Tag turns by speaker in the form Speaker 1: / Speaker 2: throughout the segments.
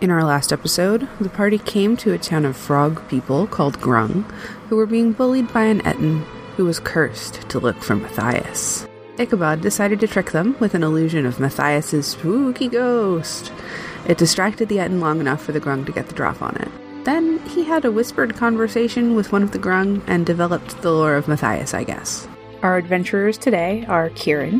Speaker 1: In our last episode, the party came to a town of frog people called Grung, who were being bullied by an Etin who was cursed to look for Matthias. Ichabod decided to trick them with an illusion of Matthias's spooky ghost. It distracted the Etin long enough for the Grung to get the drop on it. Then he had a whispered conversation with one of the Grung and developed the lore of Matthias, I guess. Our adventurers today are Kieran,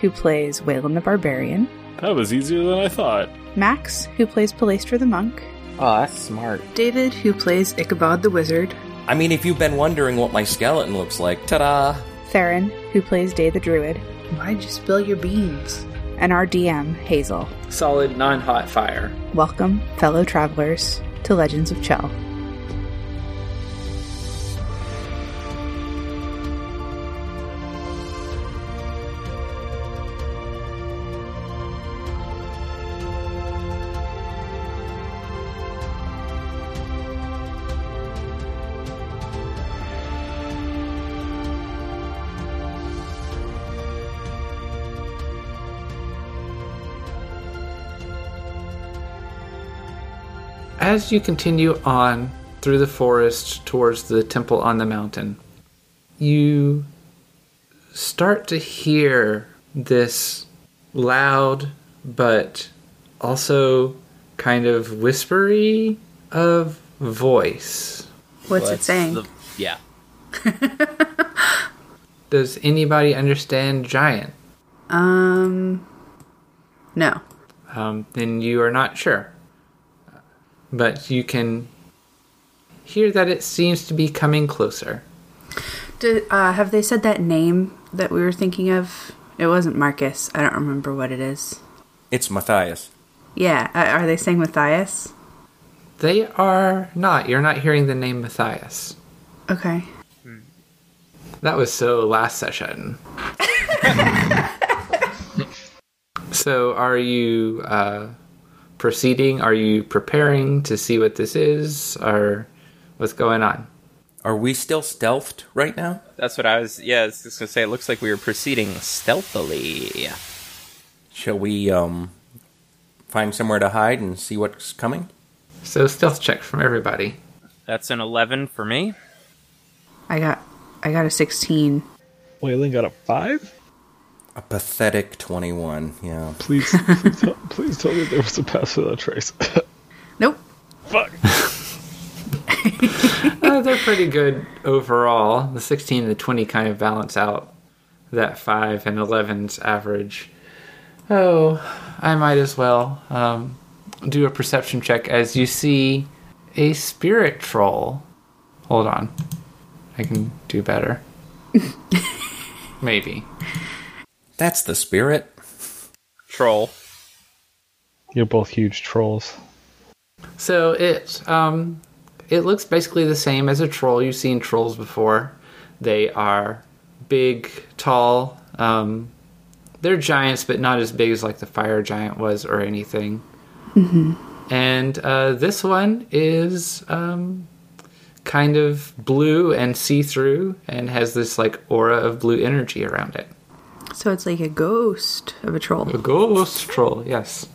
Speaker 1: who plays Waylon the Barbarian,
Speaker 2: That was easier than I thought.
Speaker 1: Max, who plays Palestra the Monk,
Speaker 3: Oh, that's smart.
Speaker 1: David, who plays Ichabod the Wizard,
Speaker 3: I mean, if you've been wondering what my skeleton looks like, ta da!
Speaker 1: Theron, who plays Day the Druid. Why'd you spill your beans? And our DM, Hazel.
Speaker 4: Solid non hot fire.
Speaker 1: Welcome, fellow travelers, to Legends of Chell.
Speaker 4: As you continue on through the forest towards the temple on the mountain, you start to hear this loud but also kind of whispery of voice.
Speaker 1: What's it
Speaker 5: That's
Speaker 1: saying?
Speaker 5: the- yeah.
Speaker 4: Does anybody understand giant?
Speaker 1: Um, no.
Speaker 4: um, then you are not sure. But you can hear that it seems to be coming closer.
Speaker 1: Do, uh, have they said that name that we were thinking of? It wasn't Marcus. I don't remember what it is.
Speaker 3: It's Matthias.
Speaker 1: Yeah, uh, are they saying Matthias?
Speaker 4: They are not. You're not hearing the name Matthias.
Speaker 1: Okay.
Speaker 4: That was so last session. so, are you uh, proceeding? Are you preparing to see what this is, or what's going on?
Speaker 3: Are we still stealthed right now?
Speaker 5: That's what I was. Yeah, I was just gonna say. It looks like we were proceeding stealthily.
Speaker 3: Shall we, um, find somewhere to hide and see what's coming?
Speaker 4: So, stealth check from everybody.
Speaker 5: That's an eleven for me.
Speaker 1: I got, I got a sixteen.
Speaker 6: Waylon got a five?
Speaker 3: A pathetic 21, yeah.
Speaker 6: Please, please, tell, please tell me there was a pass without trace.
Speaker 1: Nope.
Speaker 6: Fuck.
Speaker 4: Uh, they're pretty good overall. The 16 and the 20 kind of balance out that 5 and 11's average. Oh, I might as well um, do a perception check as you see a spirit troll. Hold on. I can do better. Maybe.
Speaker 3: That's the spirit.
Speaker 5: Troll.
Speaker 6: You're both huge trolls.
Speaker 4: So it um, it looks basically the same as a troll. You've seen trolls before. They are big, tall. Um, they're giants, but not as big as like the fire giant was or anything. And uh, this one is um, kind of blue and see through, and has this like aura of blue energy around it.
Speaker 1: So it's like a ghost of a troll.
Speaker 4: A ghost troll, yes.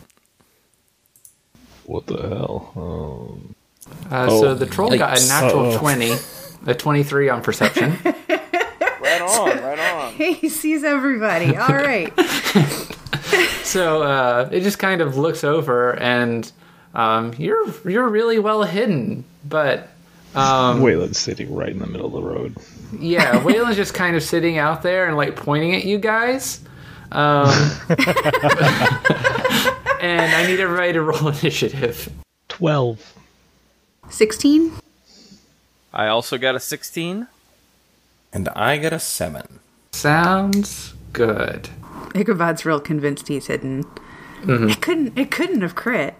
Speaker 6: What the hell? Um,
Speaker 4: Uh,
Speaker 6: Oh,
Speaker 4: so the troll got a
Speaker 3: yikes.
Speaker 4: natural
Speaker 6: Uh-oh.
Speaker 4: twenty, a twenty-three on perception.
Speaker 5: Right on. Right on.
Speaker 1: Hey, he sees everybody. All right.
Speaker 4: So uh, it just kind of looks over, and um, you're you're really well hidden. But
Speaker 6: Um, Waylon's sitting right in the middle of the road.
Speaker 4: yeah, Waylon's just kind of sitting out there and like pointing at you guys. Um, and I need everybody to roll initiative.
Speaker 6: 12.
Speaker 1: Sixteen.
Speaker 5: I also got a sixteen.
Speaker 3: And I got a 7.
Speaker 4: Sounds good.
Speaker 1: Ichabod's real convinced he's hidden. It couldn't. It couldn't have crit.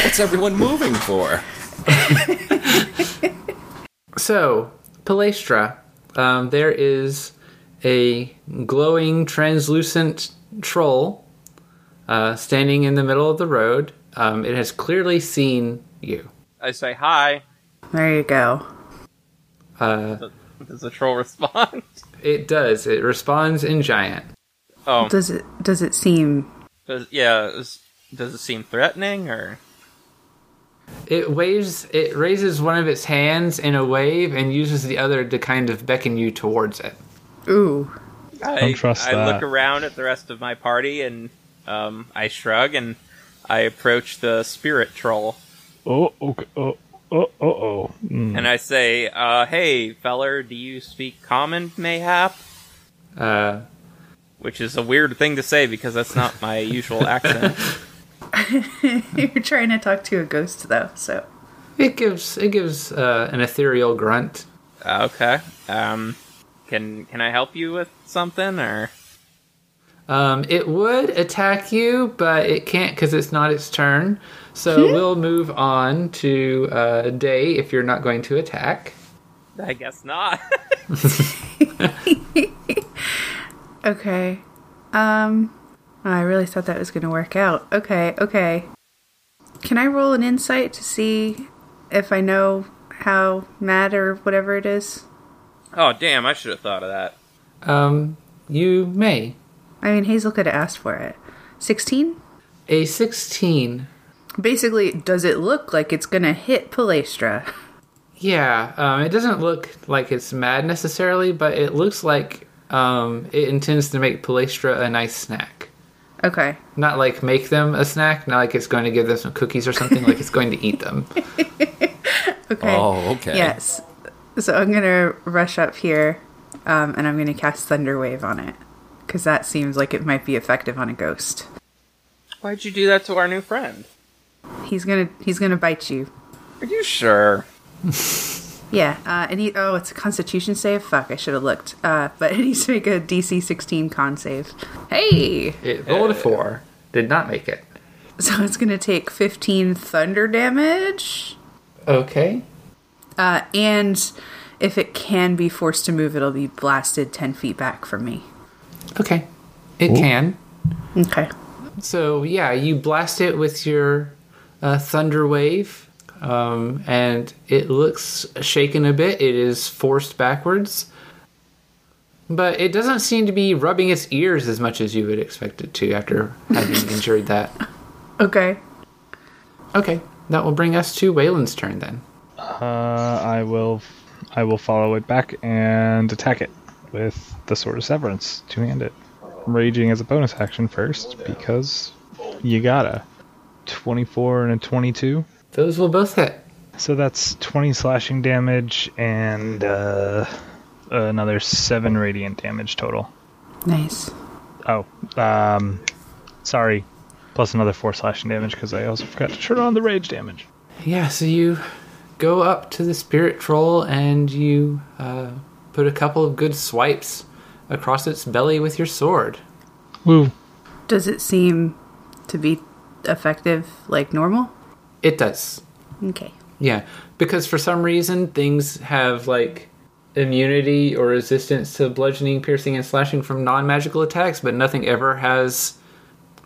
Speaker 3: What's everyone moving for?
Speaker 4: So, Palestra, um, there is a glowing, translucent troll uh, standing in the middle of the road. Um, it has clearly seen you.
Speaker 5: I say hi.
Speaker 1: There you go.
Speaker 4: Uh,
Speaker 5: Does the troll respond?
Speaker 4: it does. It responds in giant.
Speaker 5: Oh,
Speaker 1: Does it does it seem
Speaker 5: does, yeah. Is, does it seem threatening or?
Speaker 4: It waves. It raises one of its hands in a wave and uses the other to kind of beckon you towards it.
Speaker 1: ooh?
Speaker 5: I,
Speaker 6: Don't trust
Speaker 5: I look
Speaker 6: that.
Speaker 5: around at the rest of my party and um, I shrug and I approach the spirit troll
Speaker 6: Oh, okay. Oh, oh, oh, oh. Mm.
Speaker 5: and I say, uh, "Hey, feller, do you speak common, mayhap?"
Speaker 4: Uh,
Speaker 5: Which is a weird thing to say because that's not my usual accent.
Speaker 1: You're trying to talk to a ghost though, so
Speaker 4: it gives it gives uh, an ethereal grunt.
Speaker 5: Uh, okay. Um, can can I help you with something or?
Speaker 4: Um, it would attack you, but it can't because it's not its turn. So we'll move on to uh, day if you're not going to attack.
Speaker 5: I guess not.
Speaker 1: okay. Um, I really thought that was going to work out. Okay, okay. Can I roll an insight to see if I know how mad or whatever it is?
Speaker 5: oh damn! I should have thought of that.
Speaker 4: Um, you may
Speaker 1: I mean, Hazel could have asked for it. Sixteen.
Speaker 4: a sixteen.
Speaker 1: Basically, does it look like it's going to hit Palestra?
Speaker 4: Yeah, um, it doesn't look like it's mad necessarily, but it looks like um, it intends to make Palestra a nice snack.
Speaker 1: Okay.
Speaker 4: Not like make them a snack, not like it's going to give them some cookies or something, like it's going to eat them.
Speaker 1: Okay.
Speaker 3: Oh, okay.
Speaker 1: Yes. So I'm gonna rush up here, um, and I'm gonna cast Thunder Wave on it because that seems like it might be effective on a ghost.
Speaker 5: Why'd you do that to our new friend?
Speaker 1: He's gonna he's gonna bite you.
Speaker 5: Are you sure?
Speaker 1: Yeah. Uh, and he oh, it's a Constitution save. Fuck, I should have looked. Uh, but it needs to make a DC 16 con save. Hey.
Speaker 4: It rolled a four, did not make it.
Speaker 1: So it's gonna take 15 thunder damage,
Speaker 4: Okay.
Speaker 1: uh, and if it can be forced to move, it'll be blasted 10 feet back from me.
Speaker 4: Okay. It can.
Speaker 1: Okay.
Speaker 4: So yeah, you blast it with your uh, thunder wave, um, and it looks shaken a bit. It is forced backwards, but it doesn't seem to be rubbing its ears as much as you would expect it to after having injured that.
Speaker 1: Okay.
Speaker 4: Okay, that will bring us to Waylon's turn then.
Speaker 6: Uh, I will, I will follow it back and attack it with the Sword of Severance two-handed. Raging as a bonus action first because you gotta. Twenty-four and a twenty-two.
Speaker 4: Those will both hit.
Speaker 6: So that's twenty slashing damage and uh, another seven radiant damage total.
Speaker 1: Nice.
Speaker 6: Oh, um, sorry. Plus another four slashing damage because I also forgot to turn on the rage damage.
Speaker 4: Yeah, so you go up to the spirit troll and you uh, put a couple of good swipes across its belly with your sword.
Speaker 6: Woo.
Speaker 1: Does it seem to be effective like normal?
Speaker 4: It does.
Speaker 1: Okay.
Speaker 4: Yeah, because for some reason things have like immunity or resistance to bludgeoning, piercing, and slashing from non-magical attacks, but nothing ever has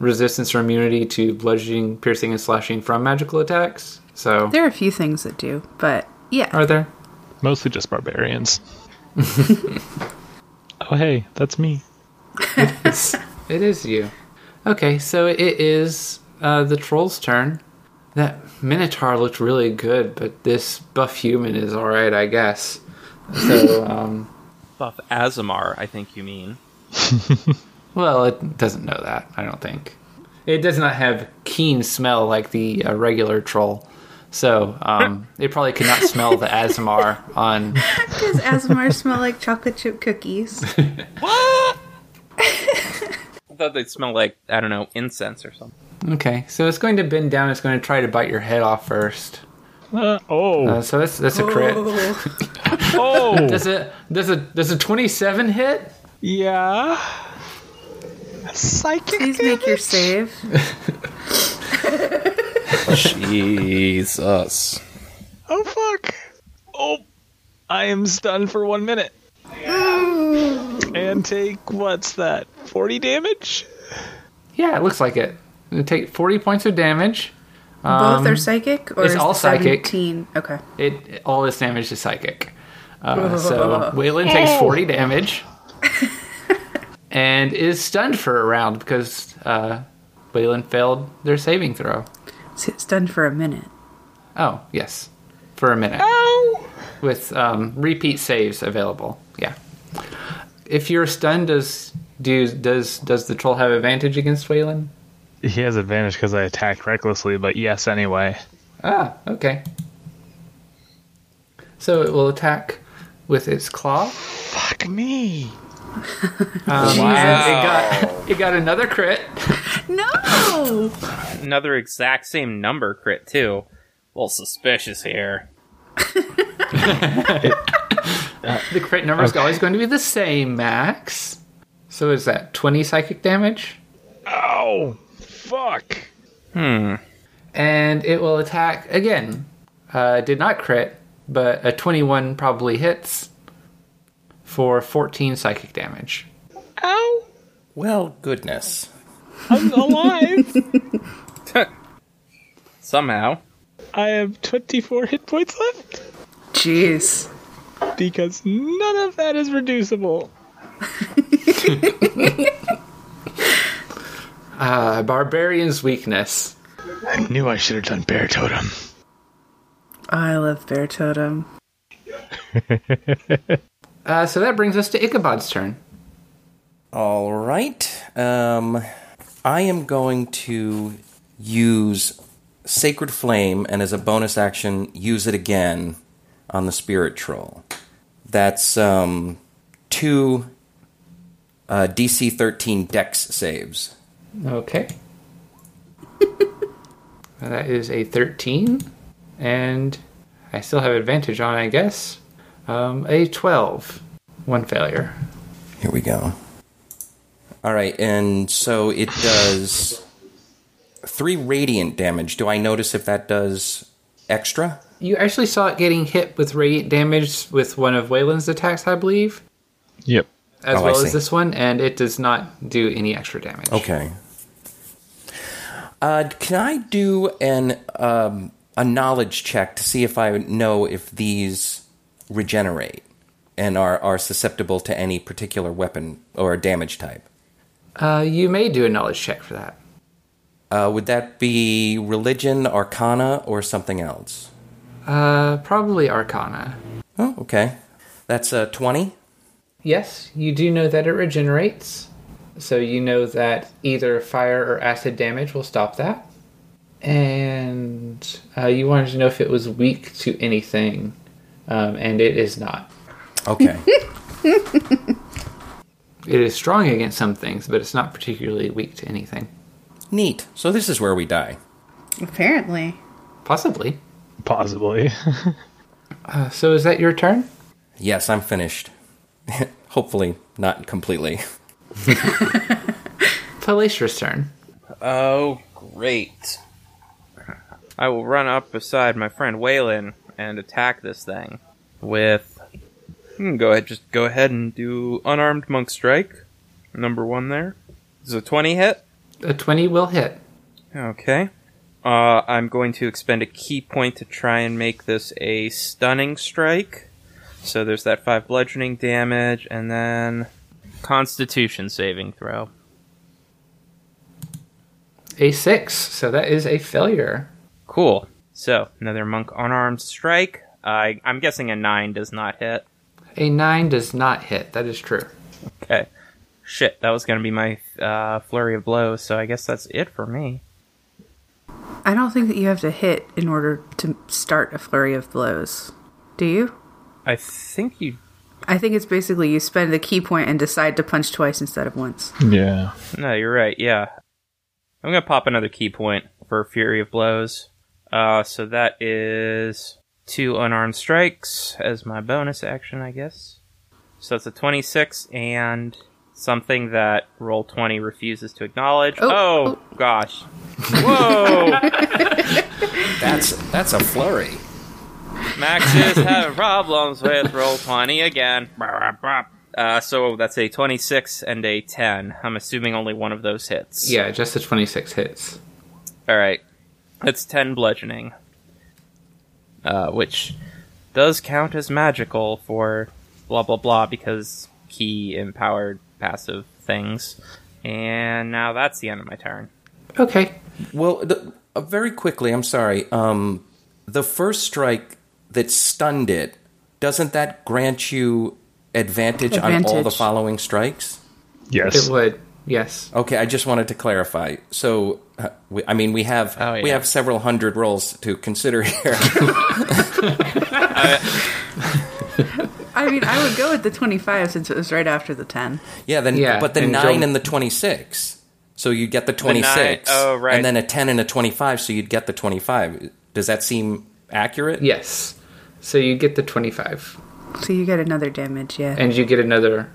Speaker 4: resistance or immunity to bludgeoning, piercing, and slashing from magical attacks. So
Speaker 1: There are a few things that do, but yeah.
Speaker 4: are there?
Speaker 6: Mostly just barbarians. oh, hey, that's me.
Speaker 4: It's, it is you. Okay, so it is uh, the troll's turn. That minotaur looked really good, but this buff human is all right, I guess. So, um,
Speaker 5: Buff Azamar, I think you mean.
Speaker 4: Well, it doesn't know that, I don't think. It does not have keen smell like the uh, regular troll. So, um, it probably could not smell the Asmar on.
Speaker 1: Does Asmar smell like chocolate chip cookies?
Speaker 5: I thought they'd smell like I don't know incense or something.
Speaker 4: Okay, so it's going to bend down. It's going to try to bite your head off first.
Speaker 6: Uh, oh,
Speaker 4: Uh, so that's that's a crit.
Speaker 1: Oh,
Speaker 6: oh,
Speaker 4: Does it? Does a does a twenty seven hit?
Speaker 6: yeah. Psychic.
Speaker 1: please make your save.
Speaker 2: Jesus.
Speaker 6: Oh fuck. Oh, I am stunned for one minute. And take what's that? Forty damage.
Speaker 4: Yeah, it looks like it. You take forty points of damage.
Speaker 1: Both are psychic, or
Speaker 4: Um, it's
Speaker 1: is
Speaker 4: all
Speaker 1: the
Speaker 4: psychic.
Speaker 1: 17 Okay.
Speaker 4: It all its damage is psychic. Uh, so Waylon takes forty damage, and is stunned for a round because uh, Waylon failed their saving throw.
Speaker 1: It's stunned for a minute.
Speaker 4: Oh yes, for a minute. With um, repeat saves available. Yeah. If you're stunned, does do does does the troll have advantage against Waylon?
Speaker 6: He has advantage because I attacked recklessly, but yes, anyway.
Speaker 4: Ah, okay. So it will attack with its claw.
Speaker 6: Fuck me.
Speaker 4: And it got it got another crit.
Speaker 1: No!
Speaker 5: Another exact same number crit too. A little suspicious here.
Speaker 4: The crit number is always going to be the same, Max. So is that twenty psychic damage?
Speaker 6: Oh, fuck.
Speaker 4: And it will attack again. Uh, did not crit, but a twenty-one probably hits for fourteen psychic damage.
Speaker 3: Well, goodness.
Speaker 6: I'm alive.
Speaker 5: Somehow.
Speaker 6: I have 24 hit points left
Speaker 1: Jeez.
Speaker 6: because none of that is reducible.
Speaker 4: Uh, barbarian's weakness.
Speaker 6: I knew I should have done Bear Totem.
Speaker 1: I love Bear Totem.
Speaker 4: Uh, so that brings us to Ichabod's turn.
Speaker 3: All right. Um, I am going to use Sacred Flame and as a bonus action, use it again on the Spirit Troll. That's um, two uh, DC 13 Dex saves.
Speaker 4: Okay. Well, that is a 13. And I still have advantage on, I guess. Um, a 12. One failure.
Speaker 3: Here we go. All right, and so it does three radiant damage. Do I notice if that does extra?
Speaker 4: You actually saw it getting hit with radiant damage with one of Wayland's attacks, I believe,
Speaker 6: Yep.
Speaker 4: as
Speaker 3: Oh, I
Speaker 4: well as
Speaker 3: see.
Speaker 4: this one, and it does not do any extra damage.
Speaker 3: Okay. Uh, can I do an um, a knowledge check to see if I know if these regenerate and are are susceptible to any particular weapon or damage type?
Speaker 4: Uh, you may do a knowledge check for that.
Speaker 3: Uh, would that be religion, arcana, or something else?
Speaker 4: Uh, probably Arcana.
Speaker 3: Oh, okay. That's a twenty.
Speaker 4: Yes, you do know that it regenerates. So you know that either fire or acid damage will stop that. And uh, you wanted to know if it was weak to anything, um, and it is not.
Speaker 3: Okay.
Speaker 4: It is strong against some things, but it's not particularly weak to anything.
Speaker 3: Neat. So this is where we die.
Speaker 1: Apparently.
Speaker 4: Possibly.
Speaker 6: Possibly.
Speaker 4: Uh, so is that your turn?
Speaker 3: Yes, I'm finished. Hopefully, not completely.
Speaker 4: Felicia's turn.
Speaker 5: Oh, great. I will run up beside my friend Waylon and attack this thing with. Hmm, go ahead, just go ahead and do unarmed monk strike. Number one there. This is a 20 hit.
Speaker 4: A 20 will hit.
Speaker 5: Okay. Uh, I'm going to expend a key point to try and make this a stunning strike. So there's that five bludgeoning damage, and then Constitution saving throw.
Speaker 4: A 6, so that is a failure.
Speaker 5: Cool. So another monk unarmed strike. I I'm guessing a nine does not hit.
Speaker 4: A 9 does not hit, that is true.
Speaker 5: Okay. Shit, that was gonna be my uh, flurry of blows. So I guess that's it for me.
Speaker 1: I don't think that you have to hit in order to start a flurry of blows. Do you?
Speaker 5: I think you.
Speaker 1: I think it's basically you spend the key point and decide to punch twice instead of once.
Speaker 6: yeah.
Speaker 5: No, you're right. Yeah, I'm gonna pop another key point for fury of blows. Uh, so that is two unarmed strikes as my bonus action, I guess. So that's a 26 and something that roll 20 refuses to acknowledge.
Speaker 1: Oh,
Speaker 5: oh. gosh. Whoa.
Speaker 3: That's that's a flurry.
Speaker 5: Max is having problems with roll 20 again. Uh, so that's a 26 and a 10. I'm assuming only one of those hits.
Speaker 4: Yeah, just the 26 hits.
Speaker 5: All right. That's 10 bludgeoning. Uh, which does count as magical for blah blah blah because key empowered passive things. And now that's the end of my turn.
Speaker 4: Okay.
Speaker 3: Well, the, uh, very quickly, I'm sorry. Um, the first strike that stunned it, doesn't that grant you advantage, on all the
Speaker 1: Advantage.
Speaker 3: following strikes?
Speaker 6: Yes.
Speaker 4: It would. Yes.
Speaker 3: Okay, I just wanted to clarify. So, uh, we, I mean, we have
Speaker 5: Oh, yeah.
Speaker 3: we have several hundred rolls to consider here.
Speaker 1: I mean, I would go with the 25 since it was right after the 10.
Speaker 3: yeah, then
Speaker 4: Yeah,
Speaker 3: but the
Speaker 4: and
Speaker 3: 9
Speaker 4: don't-
Speaker 3: and the 26. So you get the 26.
Speaker 5: oh, right.
Speaker 3: And then a 10 and a 25, so you'd get the 25. Does that seem accurate?
Speaker 4: Yes. So you get the 25
Speaker 1: So you get another damage, yeah.
Speaker 4: and you get another.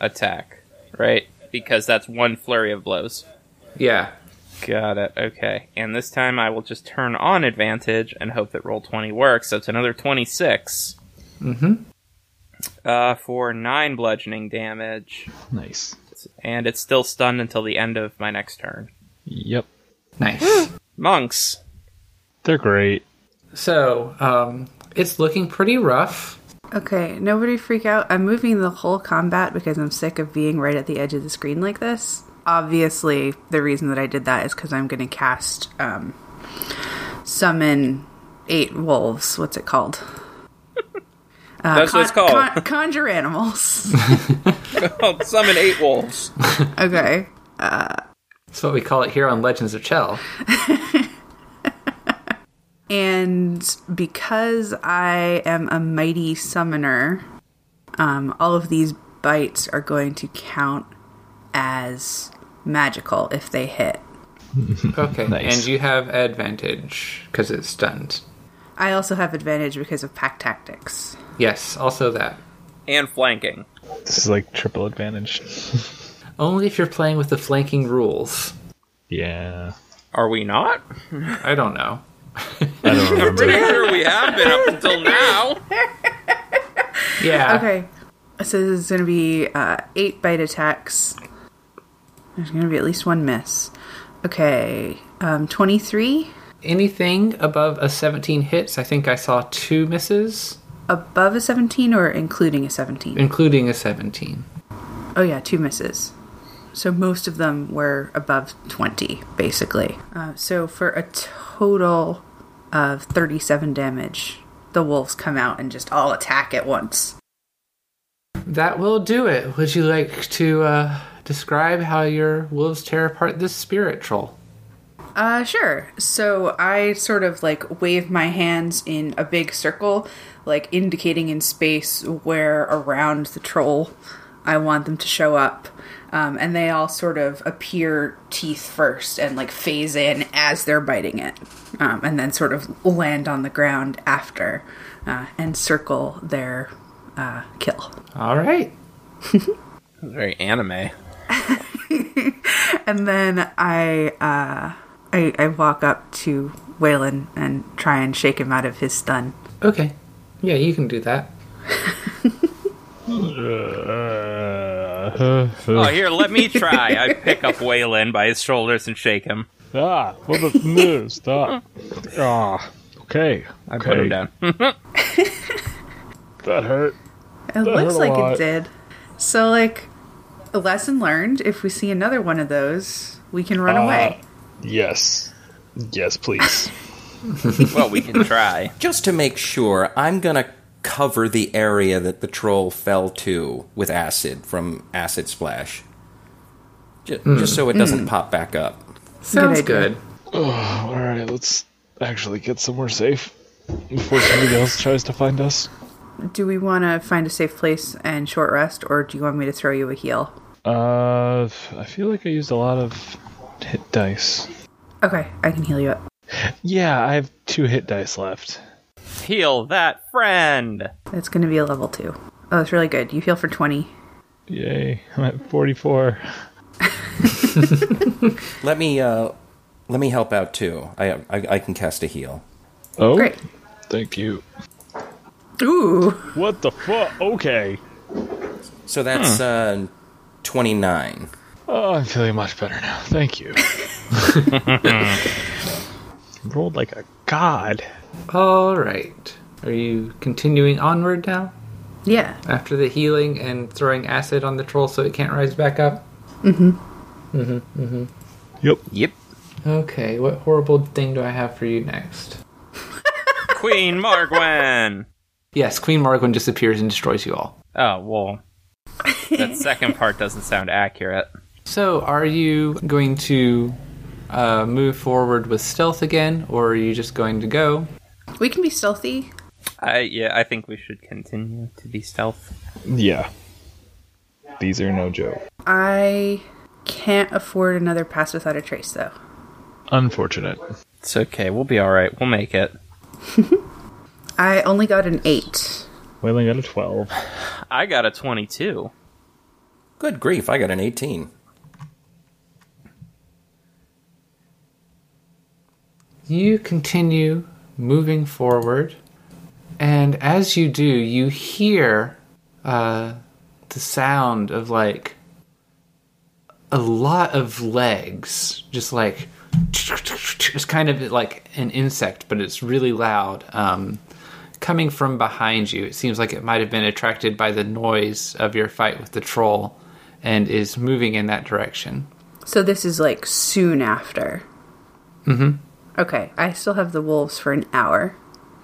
Speaker 5: Attack, right? Because that's one flurry of blows.
Speaker 4: Yeah.
Speaker 5: Got it. Okay. And this time I will just turn on advantage and hope that roll 20 works. So it's another 26. Mm-hmm. Uh, for 9 bludgeoning damage.
Speaker 6: Nice.
Speaker 5: And it's still stunned until the end of my next turn.
Speaker 6: Yep.
Speaker 4: Nice.
Speaker 5: Monks.
Speaker 6: They're great.
Speaker 4: so, um, it's looking pretty rough.
Speaker 1: Okay, nobody freak out. I'm moving the whole combat because I'm sick of being right at the edge of the screen like this. Obviously, the reason that I did that is because I'm going to cast um, summon eight wolves. What's it called? Uh,
Speaker 5: That's what it's called.
Speaker 1: conjure animals.
Speaker 5: Oh, summon 8 wolves.
Speaker 1: okay.
Speaker 4: That's what we call it here on Legends of Chell.
Speaker 1: And because I am a mighty summoner, um, all of these bites are going to count as magical if they hit.
Speaker 4: Okay.
Speaker 6: Nice.
Speaker 4: And you have advantage because it's stunned.
Speaker 1: I also have advantage because of pack tactics.
Speaker 4: Yes. Also that.
Speaker 5: And flanking.
Speaker 6: This is like triple advantage.
Speaker 4: Only if you're playing with the flanking rules.
Speaker 6: Yeah.
Speaker 5: Are we not?
Speaker 4: I don't know.
Speaker 6: I don't remember.
Speaker 5: Pretty sure we have been up until now.
Speaker 4: Yeah.
Speaker 1: Okay, so this is going to be uh, eight bite attacks. There's going to be at least one miss. Okay, um, 23.
Speaker 4: Anything above a 17 hits, I think I saw two misses,
Speaker 1: Above a 17 or including a 17?
Speaker 4: including a 17.
Speaker 1: Oh yeah, two misses. So most of them were above 20, basically. Uh, so for a total of 37 damage, the wolves come out and just all attack at once.
Speaker 4: That will do it. Would you like to uh, describe how your wolves tear apart this spirit troll?
Speaker 1: Uh, sure. So I sort of like wave my hands in a big circle, like indicating in space where around the troll I want them to show up. Um, and they all sort of appear teeth first and like phase in as they're biting it, um, and then sort of land on the ground after uh, and circle their uh, kill.
Speaker 4: All right.
Speaker 5: Very anime.
Speaker 1: And then I, uh, I I walk up to Waylon and try and shake him out of his stun.
Speaker 4: Okay. Yeah, you can do that.
Speaker 6: Uh,
Speaker 5: Oh, here, let me try. I pick up Waylon by his shoulders and shake him.
Speaker 6: ah, what the no, stop. Ah, okay. I okay.
Speaker 5: Put him down.
Speaker 6: That hurt.
Speaker 1: It looks
Speaker 6: hurt a
Speaker 1: like
Speaker 6: lot.
Speaker 1: it did. So, like, a lesson learned if we see another one of those, we can run
Speaker 6: Uh-huh.
Speaker 1: away.
Speaker 6: Yes. Yes, please.
Speaker 5: Well, we can try.
Speaker 3: Just to make sure, I'm going to cover the area that the troll fell to with acid from acid splash. Ju- Just so it doesn't pop back up.
Speaker 4: Sounds
Speaker 1: idea.
Speaker 4: good.
Speaker 6: Oh, All right, let's actually get somewhere safe before somebody else tries to find us.
Speaker 1: Do we want to find a safe place and short rest, or do you want me to throw you a heal?
Speaker 6: Uh, I feel like I used a lot of hit dice.
Speaker 1: Okay, I can heal you up.
Speaker 6: Yeah, I have two hit dice left.
Speaker 5: Heal that friend.
Speaker 1: That's going to be a level two. Oh, that's really good. You heal for 20.
Speaker 6: Yay, I'm at 44.
Speaker 3: Let me uh, let me help out too. I, I I can cast a heal.
Speaker 6: Oh,
Speaker 1: Great.
Speaker 6: thank you.
Speaker 1: Ooh.
Speaker 6: What the fuck? Okay.
Speaker 3: So that's uh, 29.
Speaker 6: Oh, I'm feeling much better now. Thank you. rolled like a god.
Speaker 4: All right. Are you continuing onward now
Speaker 1: Yeah.
Speaker 4: after the healing and throwing acid on the troll so it can't rise back up? Mm-hmm,
Speaker 6: Yep.
Speaker 5: Yep.
Speaker 4: Okay. What horrible thing do I have for you next?
Speaker 5: Queen Morgwen.
Speaker 4: Yes, Queen Margwyn disappears and destroys you all.
Speaker 5: Oh well, that second part doesn't sound accurate.
Speaker 4: So, are you going to uh, move forward with stealth again, or are you just going to go?
Speaker 1: We can be stealthy.
Speaker 5: I yeah, I think we should continue to be stealth.
Speaker 6: Yeah. These are no joke.
Speaker 1: I can't afford another pass without a trace, though.
Speaker 6: Unfortunate.
Speaker 5: It's okay. We'll be all right. We'll make it.
Speaker 1: I only got an eight.
Speaker 6: Wailing got a 12.
Speaker 5: I got a twenty-two.
Speaker 3: Good grief, I got an 18.
Speaker 4: You continue moving forward, and as you do, you hear uh, the sound of like a lot of legs, just like it's kind of like an insect, but it's really loud. Um, coming from behind you, it seems like it might have been attracted by the noise of your fight with the troll and is moving in that direction.
Speaker 1: So this is like soon after. Mm hmm. Okay, I still have the wolves for an hour,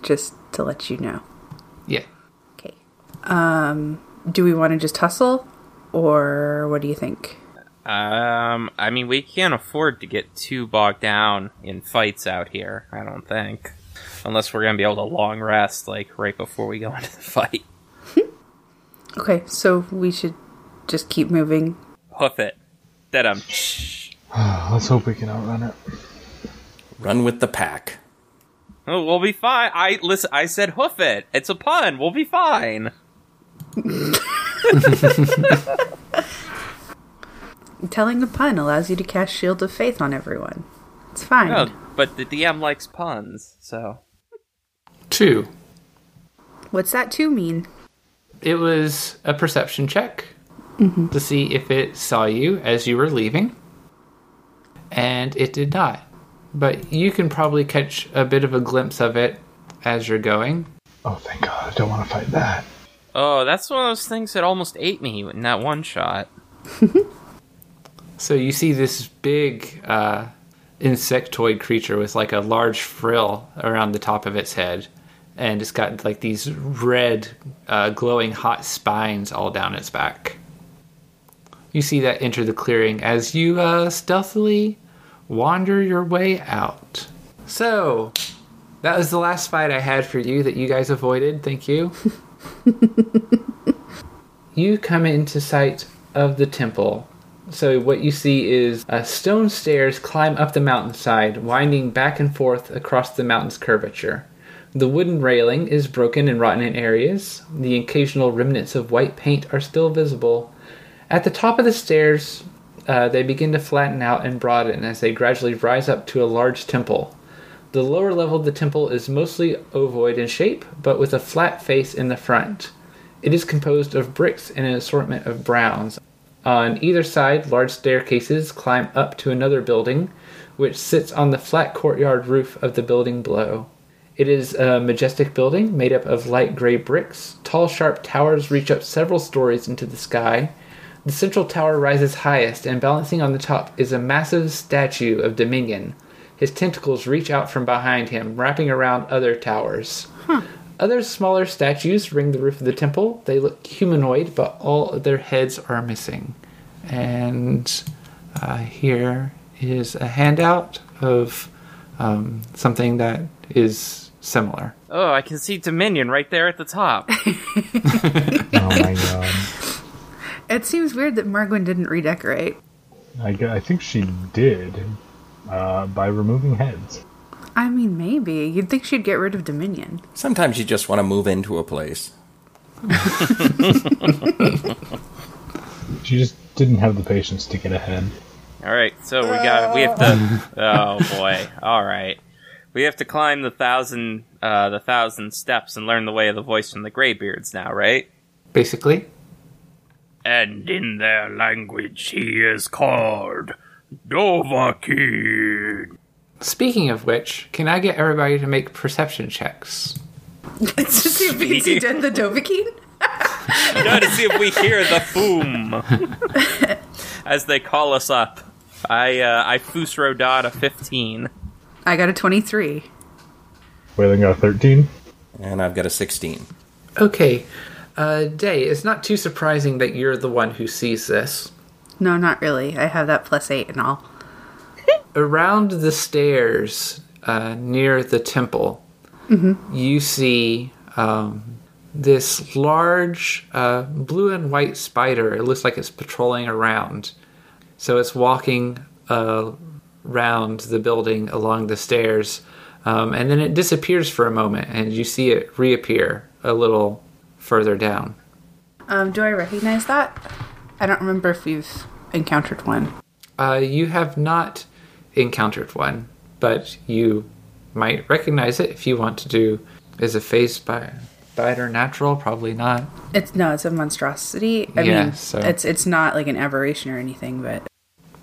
Speaker 1: just to let you know.
Speaker 4: Yeah.
Speaker 1: Okay. Um, do we want to just hustle, or what do you think?
Speaker 5: Um, I mean, we can't afford to get too bogged down in fights out here. I don't think, unless we're gonna be able to long rest like right before we go into the fight.
Speaker 1: Okay, so we should just keep moving.
Speaker 5: Hoof it. That um.
Speaker 6: Let's hope we can outrun it.
Speaker 3: Run with the pack.
Speaker 5: Oh, we'll be fine. I listen. I said hoof it. It's a pun. We'll be fine.
Speaker 1: Telling a pun allows you to cast Shield of Faith on everyone. It's fine.
Speaker 5: No, but the DM likes puns, so
Speaker 4: Two.
Speaker 1: What's that two mean?
Speaker 4: It was a perception check to see if it saw you as you were leaving, and it did not. But you can probably catch a bit of a glimpse of it as you're going.
Speaker 6: Oh, thank God. I don't want to fight that.
Speaker 5: Oh, that's one of those things that almost ate me in that one shot.
Speaker 4: So you see this big uh, insectoid creature with like a large frill around the top of its head, and it's got like these red, uh, glowing hot spines all down its back. You see that enter the clearing as you uh, stealthily wander your way out. So that was the last fight I had for you that you guys avoided. Thank you. you come into sight of the temple. So what you see is uh, stone stairs climb up the mountainside, winding back and forth across the mountain's curvature. The wooden railing is broken and rotten in areas. The occasional remnants of white paint are still visible. At the top of the stairs, uh, they begin to flatten out and broaden as they gradually rise up to a large temple. The lower level of the temple is mostly ovoid in shape, but with a flat face in the front. It is composed of bricks and an assortment of browns. On either side, large staircases climb up to another building, which sits on the flat courtyard roof of the building below. It is a majestic building made up of light gray bricks. Tall, sharp towers reach up several stories into the sky. The central tower rises highest, and balancing on the top is a massive statue of Dominion. His tentacles reach out from behind him, wrapping around other towers. Other smaller statues ring the roof of the temple. They look humanoid, but all of their heads are missing. And uh, here is a handout of um, something that is similar.
Speaker 5: Oh, I can see Dominion right there at the top.
Speaker 6: Oh, my God.
Speaker 1: It seems weird that Margwin didn't redecorate.
Speaker 6: I, g- I think she did uh, by removing heads.
Speaker 1: I mean, maybe. You'd think she'd get rid of Dominion.
Speaker 3: Sometimes you just want to move into a place.
Speaker 6: She just didn't have the patience to get ahead.
Speaker 5: all right, so we got we have to. Oh boy! All right, we have to climb the thousand uh, the thousand steps and learn the way of the voice from the graybeards now, right?
Speaker 4: Basically,
Speaker 5: And in their language, he is called Dovahkiin.
Speaker 4: Speaking of which, can I get everybody to make perception checks?
Speaker 1: It's just if he did the Dovahkiin.
Speaker 5: Gotta see if we hear the boom as they call us up. I uh, I Fusro dot a fifteen.
Speaker 1: I got a 23.
Speaker 6: Whalen got a 13.
Speaker 3: And I've got a 16.
Speaker 4: Okay, uh, Day, it's not too surprising that you're the one who sees this.
Speaker 1: No, not really. I have that plus 8 and all.
Speaker 4: around the stairs uh, near the temple, you see um, this large uh, blue and white spider. It looks like it's patrolling around. So it's walking uh, around the building along the stairs, um, and then it disappears for a moment, and you see it reappear a little further down.
Speaker 1: Um, do I recognize that? I don't remember if we've encountered one.
Speaker 4: Uh, you have not encountered one, but you might recognize it if you want to do. Is a face by spider natural? Probably not.
Speaker 1: It's no, it's a monstrosity. I
Speaker 4: Yeah,
Speaker 1: mean,
Speaker 4: so-
Speaker 1: it's it's not like an aberration or anything, but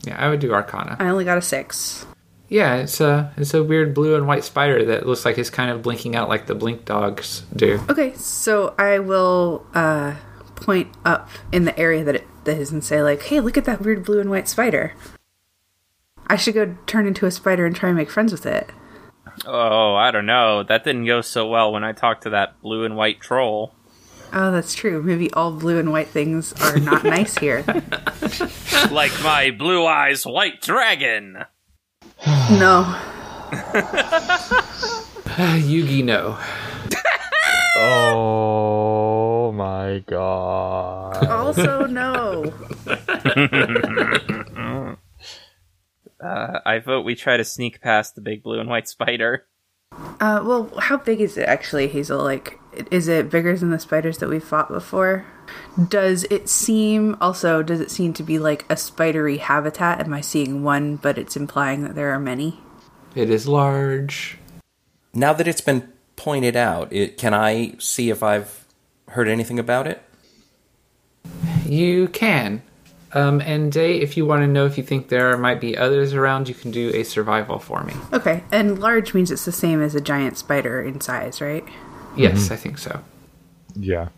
Speaker 4: Yeah, I would do Arcana.
Speaker 1: I only got a 6.
Speaker 4: Yeah, it's a it's a weird blue and white spider that looks like it's kind of blinking out like the blink dogs do.
Speaker 1: Okay, so I will uh, point up in the area that it that is and say like, "Hey, look at that weird blue and white spider." I should go turn into a spider and try and make friends with it.
Speaker 5: Oh, I don't know. That didn't go so well when I talked to that blue and white troll.
Speaker 1: Oh, that's true. Maybe all blue and white things are not nice here.
Speaker 5: like my blue eyes white dragon.
Speaker 1: No,
Speaker 4: Yugi no.
Speaker 6: Oh my god.
Speaker 1: also no.
Speaker 5: Uh, I vote we try to sneak past the big blue and white spider.
Speaker 1: Uh, well, how big is it actually, Hazel? Like, is it bigger than the spiders that we've fought before? Does it seem also? Does it seem to be like a spidery habitat? Am I seeing one, but it's implying that there are many?
Speaker 4: It is large.
Speaker 3: Now that it's been pointed out, it, can I see if I've heard anything about it?
Speaker 4: You can. Um, and Day, if you want to know if you think there might be others around, you can do a survival for me.
Speaker 1: Okay, and large means it's the same as a giant spider in size, right?
Speaker 4: Yes, I think so.
Speaker 6: Yeah.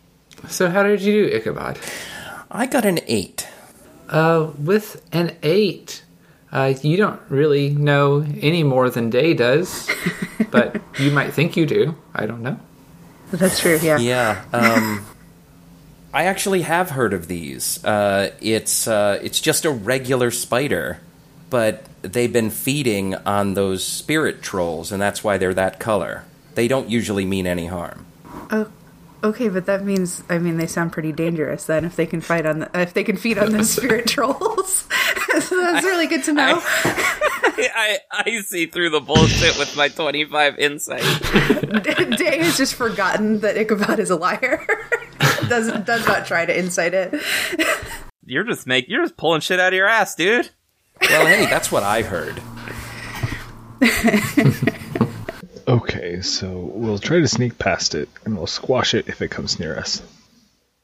Speaker 4: So how did you do, Ichabod?
Speaker 3: I got an 8.
Speaker 4: Uh, with an eight, uh, you don't really know any more than Day does, but you might think you do. I don't know.
Speaker 1: That's true, yeah.
Speaker 3: Yeah. Um, I actually have heard of these. Uh, it's uh, it's just a regular spider, but they've been feeding on those spirit trolls, and that's why they're that color. They don't usually mean any harm.
Speaker 1: Oh, okay, but that means I mean they sound pretty dangerous then if they can fight on the, if they can feed on those spirit trolls. so that's really good to know.
Speaker 5: I, I see through the bullshit with my 25 insight.
Speaker 1: Day has just forgotten that Ichabod is a liar. does does not try to incite it.
Speaker 5: You're just make you're just pulling shit out of your ass, dude.
Speaker 3: Well, hey, that's what I heard.
Speaker 6: Okay, so we'll try to sneak past it and we'll squash it if it comes near us.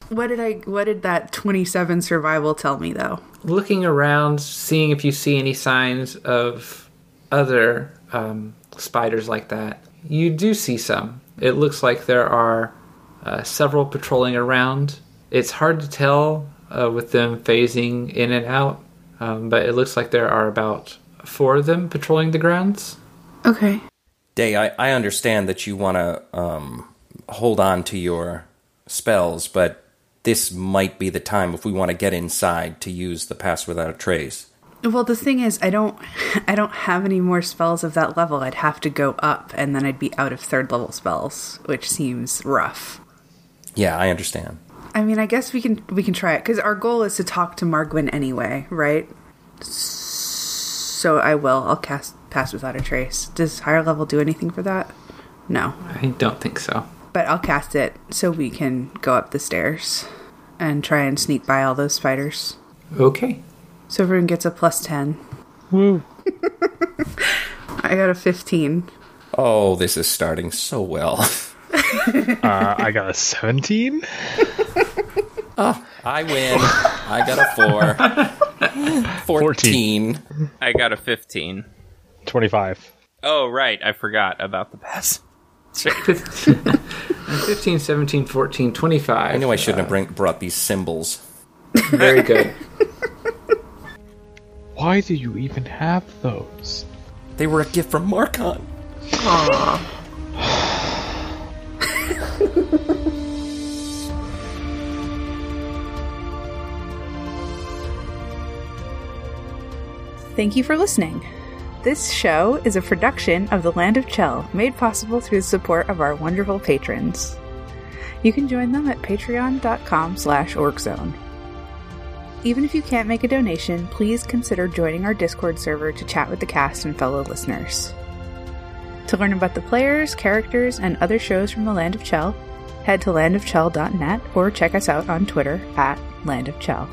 Speaker 1: What did I what did that 27 survival tell me though?
Speaker 4: Looking around, seeing if you see any signs of other um, spiders like that, you do see some. It looks like there are uh, several patrolling around. It's hard to tell uh, with them phasing in and out, um, but it looks like there are about four of them patrolling the grounds.
Speaker 1: Okay.
Speaker 3: Day, I, I understand that you want to um, hold on to your spells, but this might be the time if we want to get inside to use the pass without a trace.
Speaker 1: Well, the thing is, I don't, I don't have any more spells of that level. I'd have to go up, and then I'd be out of third level spells, which seems rough.
Speaker 3: Yeah, I understand.
Speaker 1: I mean, I guess we can we can try it because our goal is to talk to Margwin anyway, right? So I will. I'll cast pass without a trace. Does higher level do anything for that? No,
Speaker 4: I don't think so.
Speaker 1: but I'll cast it so we can go up the stairs and try and sneak by all those spiders.
Speaker 4: Okay.
Speaker 1: So everyone gets a plus ten.
Speaker 6: Woo.
Speaker 1: I got a fifteen.
Speaker 3: Oh, this is starting so well.
Speaker 6: Uh, I got a 17?
Speaker 3: I win. I got a four. 14.
Speaker 5: I got a 15.
Speaker 6: 25.
Speaker 5: Oh, right. I forgot about the pass.
Speaker 4: 15, 17, 14, 25.
Speaker 3: I knew I shouldn't have bring, brought these symbols.
Speaker 4: Very good.
Speaker 6: Why do you even have those?
Speaker 3: They were a gift from Marcon.
Speaker 1: Thank you for listening. This show is a production of The Land of Chell, made possible through the support of our wonderful patrons. You can join them at patreon.com slash orgzone. Even if you can't make a donation, please consider joining our Discord server to chat with the cast and fellow listeners. To learn about the players, characters, and other shows from The Land of Chell, head to landofchell.net or check us out on Twitter at Land of Chell.